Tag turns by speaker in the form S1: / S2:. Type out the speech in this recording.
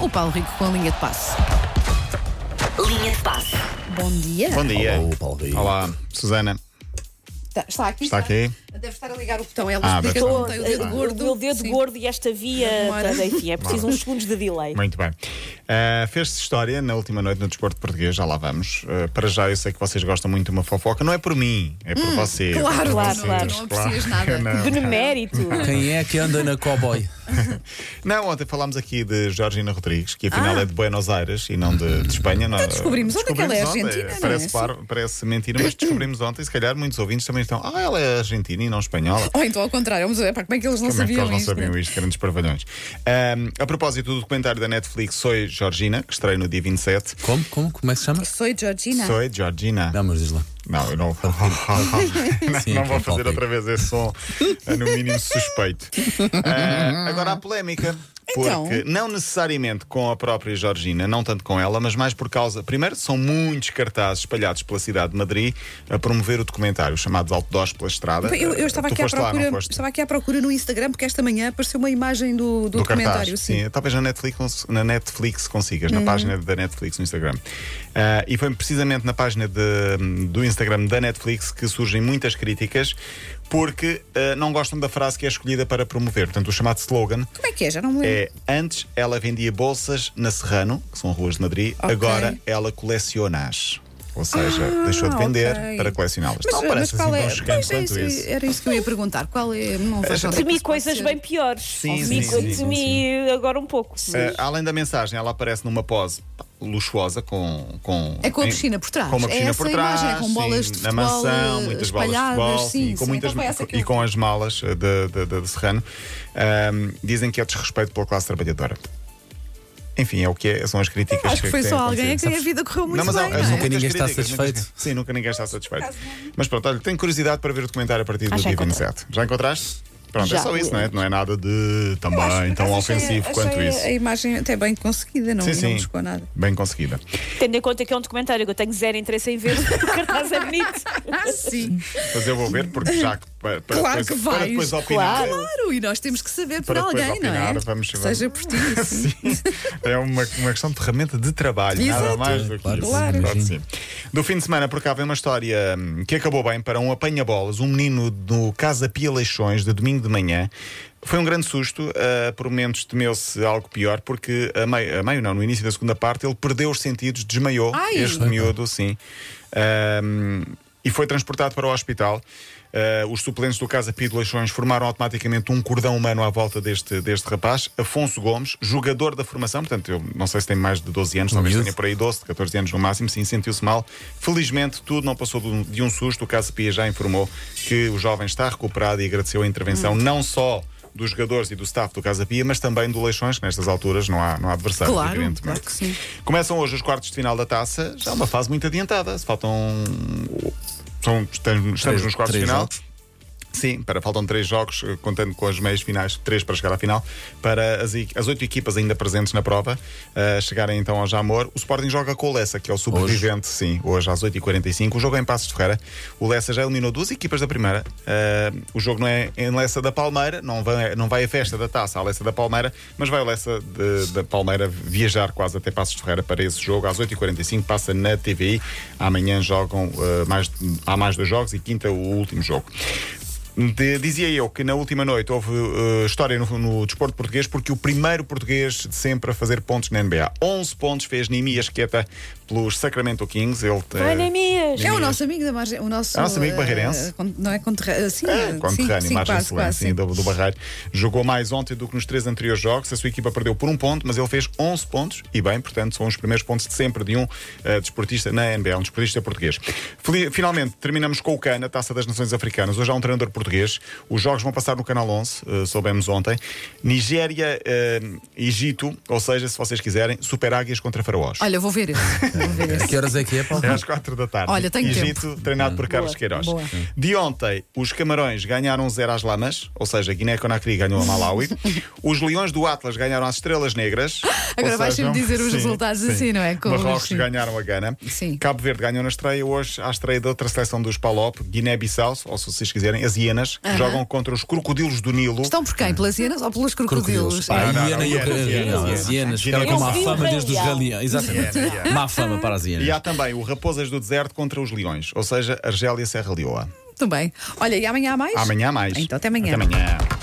S1: o Paulo Rico com a linha de passe.
S2: Linha de passe.
S1: Bom dia.
S3: Bom dia.
S4: Olá, Paulo Rico.
S3: Olá, Susana.
S1: Está, Tá, está aqui.
S3: Está aqui?
S1: Deve estar a ligar o botão. Ela
S3: Ah,
S1: explica
S3: deve
S1: que
S3: estar.
S1: tem o dedo
S3: Ah.
S1: gordo.
S5: O meu dedo
S1: Sim.
S5: gordo e esta via.
S1: Demora.
S5: toda, enfim, é preciso uns segundos de delay.
S3: Muito bem. Ah, Fez-se história na última noite no desporto português, já lá vamos. Ah, para já, eu sei que vocês gostam muito de uma fofoca. Não é por mim, é por vocês.
S1: Hum, claro,
S3: É por
S5: claro,
S3: vocês,
S5: claro.
S1: Não aprecias nada.
S3: Eu não.
S5: Benemérito.
S4: Quem é que anda na cowboy?
S3: Não, ontem falámos aqui de Georgina Rodrigues, que afinal é de Buenos Aires e não de, de Espanha. Então
S1: Ah. descobrimos onde é que ela é argentina, não é?
S3: Parece, par- parece mentira, mas descobrimos ontem. Se calhar muitos ouvintes também estão. Ah, ela é argentina e não espanhola.
S1: Ou então ao contrário, vamos ver, pá, como é que eles não
S3: Como é que
S1: sabiam
S3: eles não
S1: isto? né?
S3: sabiam isto? Grandes parvalhões. Ahm, a propósito do documentário da Netflix Soy Georgina, que estreia no dia 27.
S4: Como? Como? Como é que se chama?
S1: Sou Georgina.
S3: Soy Georgina.
S4: Não, mas diz lá.
S3: Não, eu não. não,
S4: Sim,
S3: não
S4: é
S3: vou
S4: que
S3: fazer
S4: falta.
S3: outra vez esse som, é no mínimo suspeito. Ah, agora a polémica.
S1: Então?
S3: Porque, não necessariamente com a própria Georgina, não tanto com ela, mas mais por causa. Primeiro, são muitos cartazes espalhados pela cidade de Madrid a promover o documentário, chamados Outdoors pela Estrada. Eh,
S1: Eu, eu estava,
S3: Tu
S1: aqui à
S3: foste lá, não
S1: procura,
S3: foste?
S1: estava aqui à procura no Instagram porque esta manhã apareceu uma imagem do, do,
S3: do
S1: documentário. Uhum.
S3: cartaz. Sim, talvez na Netflix, na Netflix consigas, na página da Netflix no Instagram. Ah, e foi precisamente na página de- do Instagram da Netflix que surgem muitas críticas porque ah, não gostam da frase que é escolhida para promover. Portanto, o chamado slogan
S1: Como é que é? Já não me lembro.
S3: é Antes ela vendia bolsas na Serrano, que são ruas de Madrid,
S1: Ok.
S3: agora ela coleciona-as. Ou seja,
S1: Ah,
S3: deixou de vender
S1: ok.
S3: para colecioná-las.
S1: Mas,
S3: não
S1: mas
S3: parece
S1: qual
S3: assim
S1: é?
S3: tão chocante
S1: Pois é,
S3: quanto
S1: isso-
S3: isso.
S1: era isso que eu ia perguntar. Qual é? Não vejo onde é que
S5: Temi
S1: isso pode
S5: coisas
S1: ser.
S5: bem piores.
S3: Sim,
S5: Temi
S3: sim,
S5: co-
S3: sim, sim,
S5: temi agora um pouco. mas-
S3: Eh, além da mensagem, ela aparece numa pose pá, luxuosa com. com
S1: É com a
S3: em-
S1: piscina por trás.
S3: Com uma
S1: É
S3: piscina
S1: essa
S3: por
S1: imagem,
S3: trás.
S1: é com bolas
S3: sim,
S1: de
S3: na
S1: futebol,
S3: mansão,
S1: eh,
S3: muitas bolas de
S1: espalhadas,
S3: futebol
S1: sim,
S3: e, com
S1: sim,
S3: muitas,
S1: então foi essa que eu
S3: e com as malas eh, de, de, de- de Serrano. Ahm, dizem que é desrespeito pela classe trabalhadora. Enfim, é o que é, são as críticas
S1: acho que foi
S3: têm
S1: só alguém
S3: acontecido,
S1: a quem a
S3: sabes?
S1: vida correu muito
S3: mas um há-
S1: bem, não
S3: há
S1: é?
S3: muitas
S4: Nunca ninguém está
S3: críticas, muitas-
S4: satisfeito.
S3: Sim, nunca ninguém está satisfeito. Mas pronto, olha, tenho curiosidade para ver o documentário a partir do
S5: Ah, já
S1: é
S3: dia
S5: encontrei.
S3: 27. Já encontraste? Pronto, é
S5: Já.
S3: só isso, não é? Não é nada de
S1: Eu acho,
S3: também
S1: por
S3: tão
S1: acaso, achei-
S3: então ofensivo quanto
S1: achei
S3: isso.
S1: A imagem até bem conseguida, não,
S3: Sim,
S1: não
S3: sim.
S1: me chocou nada.
S3: Bem conseguida.
S5: Tendo em conta que é um documentário que eu tenho zero interesse em ver, porque o cartaz é bonito.
S1: Ah, sim,
S3: Mas eu vou ver, porque já que para, para
S1: Claro
S3: depois,
S1: que
S3: para
S1: vais,
S3: depois opinar.
S1: claro. E nós temos que saber por
S3: Para depois
S1: alguém, não é?
S3: opinar, vamos-
S1: Seja por ti. sim.
S3: É uma, uma questão de ferramenta de trabalho, nada
S1: Exato.
S3: mais do que
S4: Claro,
S3: isso.
S4: claro.
S3: que sim. Do fim de semana para cá vem uma história hum, que acabou bem para um apanha-bolas, um menino do Casa Pia Leixões, de domingo de manhã. Foi um grande susto, ah, por momentos temeu-se algo pior, porque a meio, a meio não, no início da segunda parte, ele perdeu os sentidos, desmaiou.
S1: Ai!
S3: Este miúdo, sim. Ahm, e foi transportado para o hospital. Ah, os suplentes do Casa Pio de Leixões formaram automaticamente um cordão humano à volta deste, deste rapaz, Afonso Gomes, jogador da formação. Portanto, eu não sei se tem mais de 12 anos, talvez
S4: miúdo.
S3: tenha por aí 12, 14 anos no máximo. Sim, sentiu-se mal. Felizmente, tudo não passou de um, de um susto. O Casa Pia já informou que o jovem está recuperado e agradeceu a intervenção
S1: Hum.
S3: não só dos jogadores e do staff do Casa Pia, mas também do Leixões, que nestas alturas não há, não há adversários,
S1: Claro,
S3: evidentemente.
S1: claro que sim.
S3: Começam hoje os quartos de final da taça, já é uma fase muito adiantada. Se faltam. São, estamos estamos
S4: Três-
S3: nos quartos de
S4: três
S3: final.
S4: jogos.
S3: Sim, para, faltam três jogos, eh, contando com as meias finais, três para chegar à final, para as, equi- as oito equipas ainda presentes na prova eh, chegarem então ao Jamor. O Sporting joga com o Lessa, que é o sobrevivente, sim, hoje às 8h45. O jogo é em Passos de Ferreira. O Lessa já eliminou duas equipas da primeira. Eh, o jogo não é em Lessa da Palmeira, não vai, não vai a festa da taça à Lessa da Palmeira, mas vai o Lessa de- da Palmeira viajar quase até Passos de Ferreira para esse jogo. Às 8h45 passa na TVI. Amanhã jogam eh, mais, há mais dois jogos e quinta o último jogo. De- dizia eu que na última noite houve eh, história no, no desporto português porque o primeiro português de sempre a fazer pontos na NBA. 11 pontos fez Nimi Asqueta pelos Sacramento Kings. Ele eh, te-
S5: Vai, Neemias.
S1: É o nosso amigo da margem. O nosso,
S3: É o nosso amigo
S1: eh,
S3: barreirense.
S1: con- não é conterrâneo? Sim,
S3: É,
S1: eh,
S3: conterrâneo,
S1: sim, sim,
S3: imagem
S1: quase,
S3: excelente
S1: quase.
S3: sim,
S1: sim.
S3: do, do Barreiro. Jogou mais ontem do que nos três anteriores jogos. A sua equipa perdeu por um ponto, mas ele fez 11 pontos e bem, portanto, são os primeiros pontos de sempre de um eh, desportista na NBA, um desportista português. Fili- Finalmente, terminamos com o CAN, a Taça das Nações Africanas. Hoje há um treinador português. Os jogos vão passar no Canal 11, eh, soubemos ontem. Nigéria, eh, Egito, ou seja, se vocês quiserem, Super Águias contra Faraós.
S1: Olha, vou ver esse. Vou ver esse.
S4: Que horas é que é, Paulo?
S3: É às quatro da tarde.
S1: Olha, tenho
S3: Egito, treinado por Carlos
S5: Boa,
S3: Queiroz.
S1: boa.
S3: De ontem, os Camarões ganharam 0 às Lamas, ou seja, Guiné-Conakry ganhou a Malawi. os Leões do Atlas ganharam às Estrelas Negras.
S1: Ah, Agora
S3: ou
S1: vais
S3: seja,
S1: sempre dizer os
S3: sim,
S1: resultados
S3: sim.
S1: assim, não é? Com-
S3: Marrocos
S1: sim.
S3: ganharam a Gana.
S1: Sim.
S3: Cabo Verde ganhou na estreia. Hoje, à estreia da outra seleção dos Palop, Guiné-Bissau, ou se vocês quiserem, as Hienas, que jogam contra os Crocodilos do Nilo.
S1: Estão por quem? Pelas hienas ou pelos crocodilos?
S4: Pá,
S3: Não, não,
S4: a hiena e o
S3: não, não,
S4: galeão.
S3: não.
S4: As hienas ficaram
S3: Eu
S4: com má
S5: vi o
S4: fama desde os
S5: galeão.
S4: galeões. Exatamente.
S3: Hiena, hiena.
S4: Má fama para as
S3: E há
S4: hienas.
S3: também o Raposas do Deserto contra os Leões, ou seja, Argélia e Serra Leoa.
S1: Também. Olha, e amanhã há mais?
S3: Amanhã há mais.
S1: Então, até amanhã.
S3: Até amanhã.